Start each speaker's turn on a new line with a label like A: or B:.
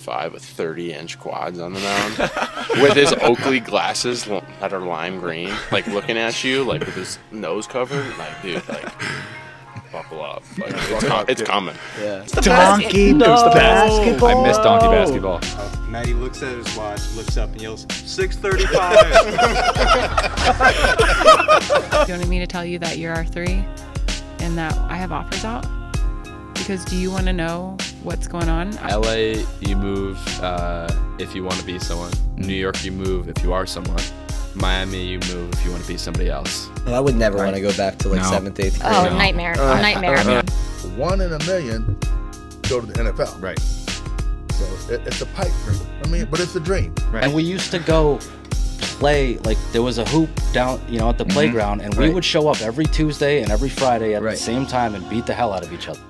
A: five with 30 inch quads on the mound with his Oakley glasses l- that are lime green, like looking at you, like with his nose covered. Like, dude, like, buckle up. Like, it's, com- it's coming.
B: Yeah.
C: Donkey basketball.
D: I missed donkey basketball.
E: Matty looks at his watch, looks up, and yells, 635.
F: You wanted me to tell you that you're our three and that I have offers out? Because do you want to know what's going on?
D: LA, you move uh, if you want to be someone. New York, you move if you are someone. Miami, you move if you want to be somebody else.
B: Well, I would never want to go back to like
D: No.
B: seventh, eighth grade.
C: Oh,
D: No.
C: nightmare. nightmare.
G: one in a million go to the NFL. Right. So it, it's a pipe dream. I mean, but it's a dream.
H: And we used to go play like there was a hoop down, you know, at the playground, and we
B: Mm-hmm. Right.
H: would show up every Tuesday and every Friday at
B: Right.
H: the same time and beat the hell out of each other.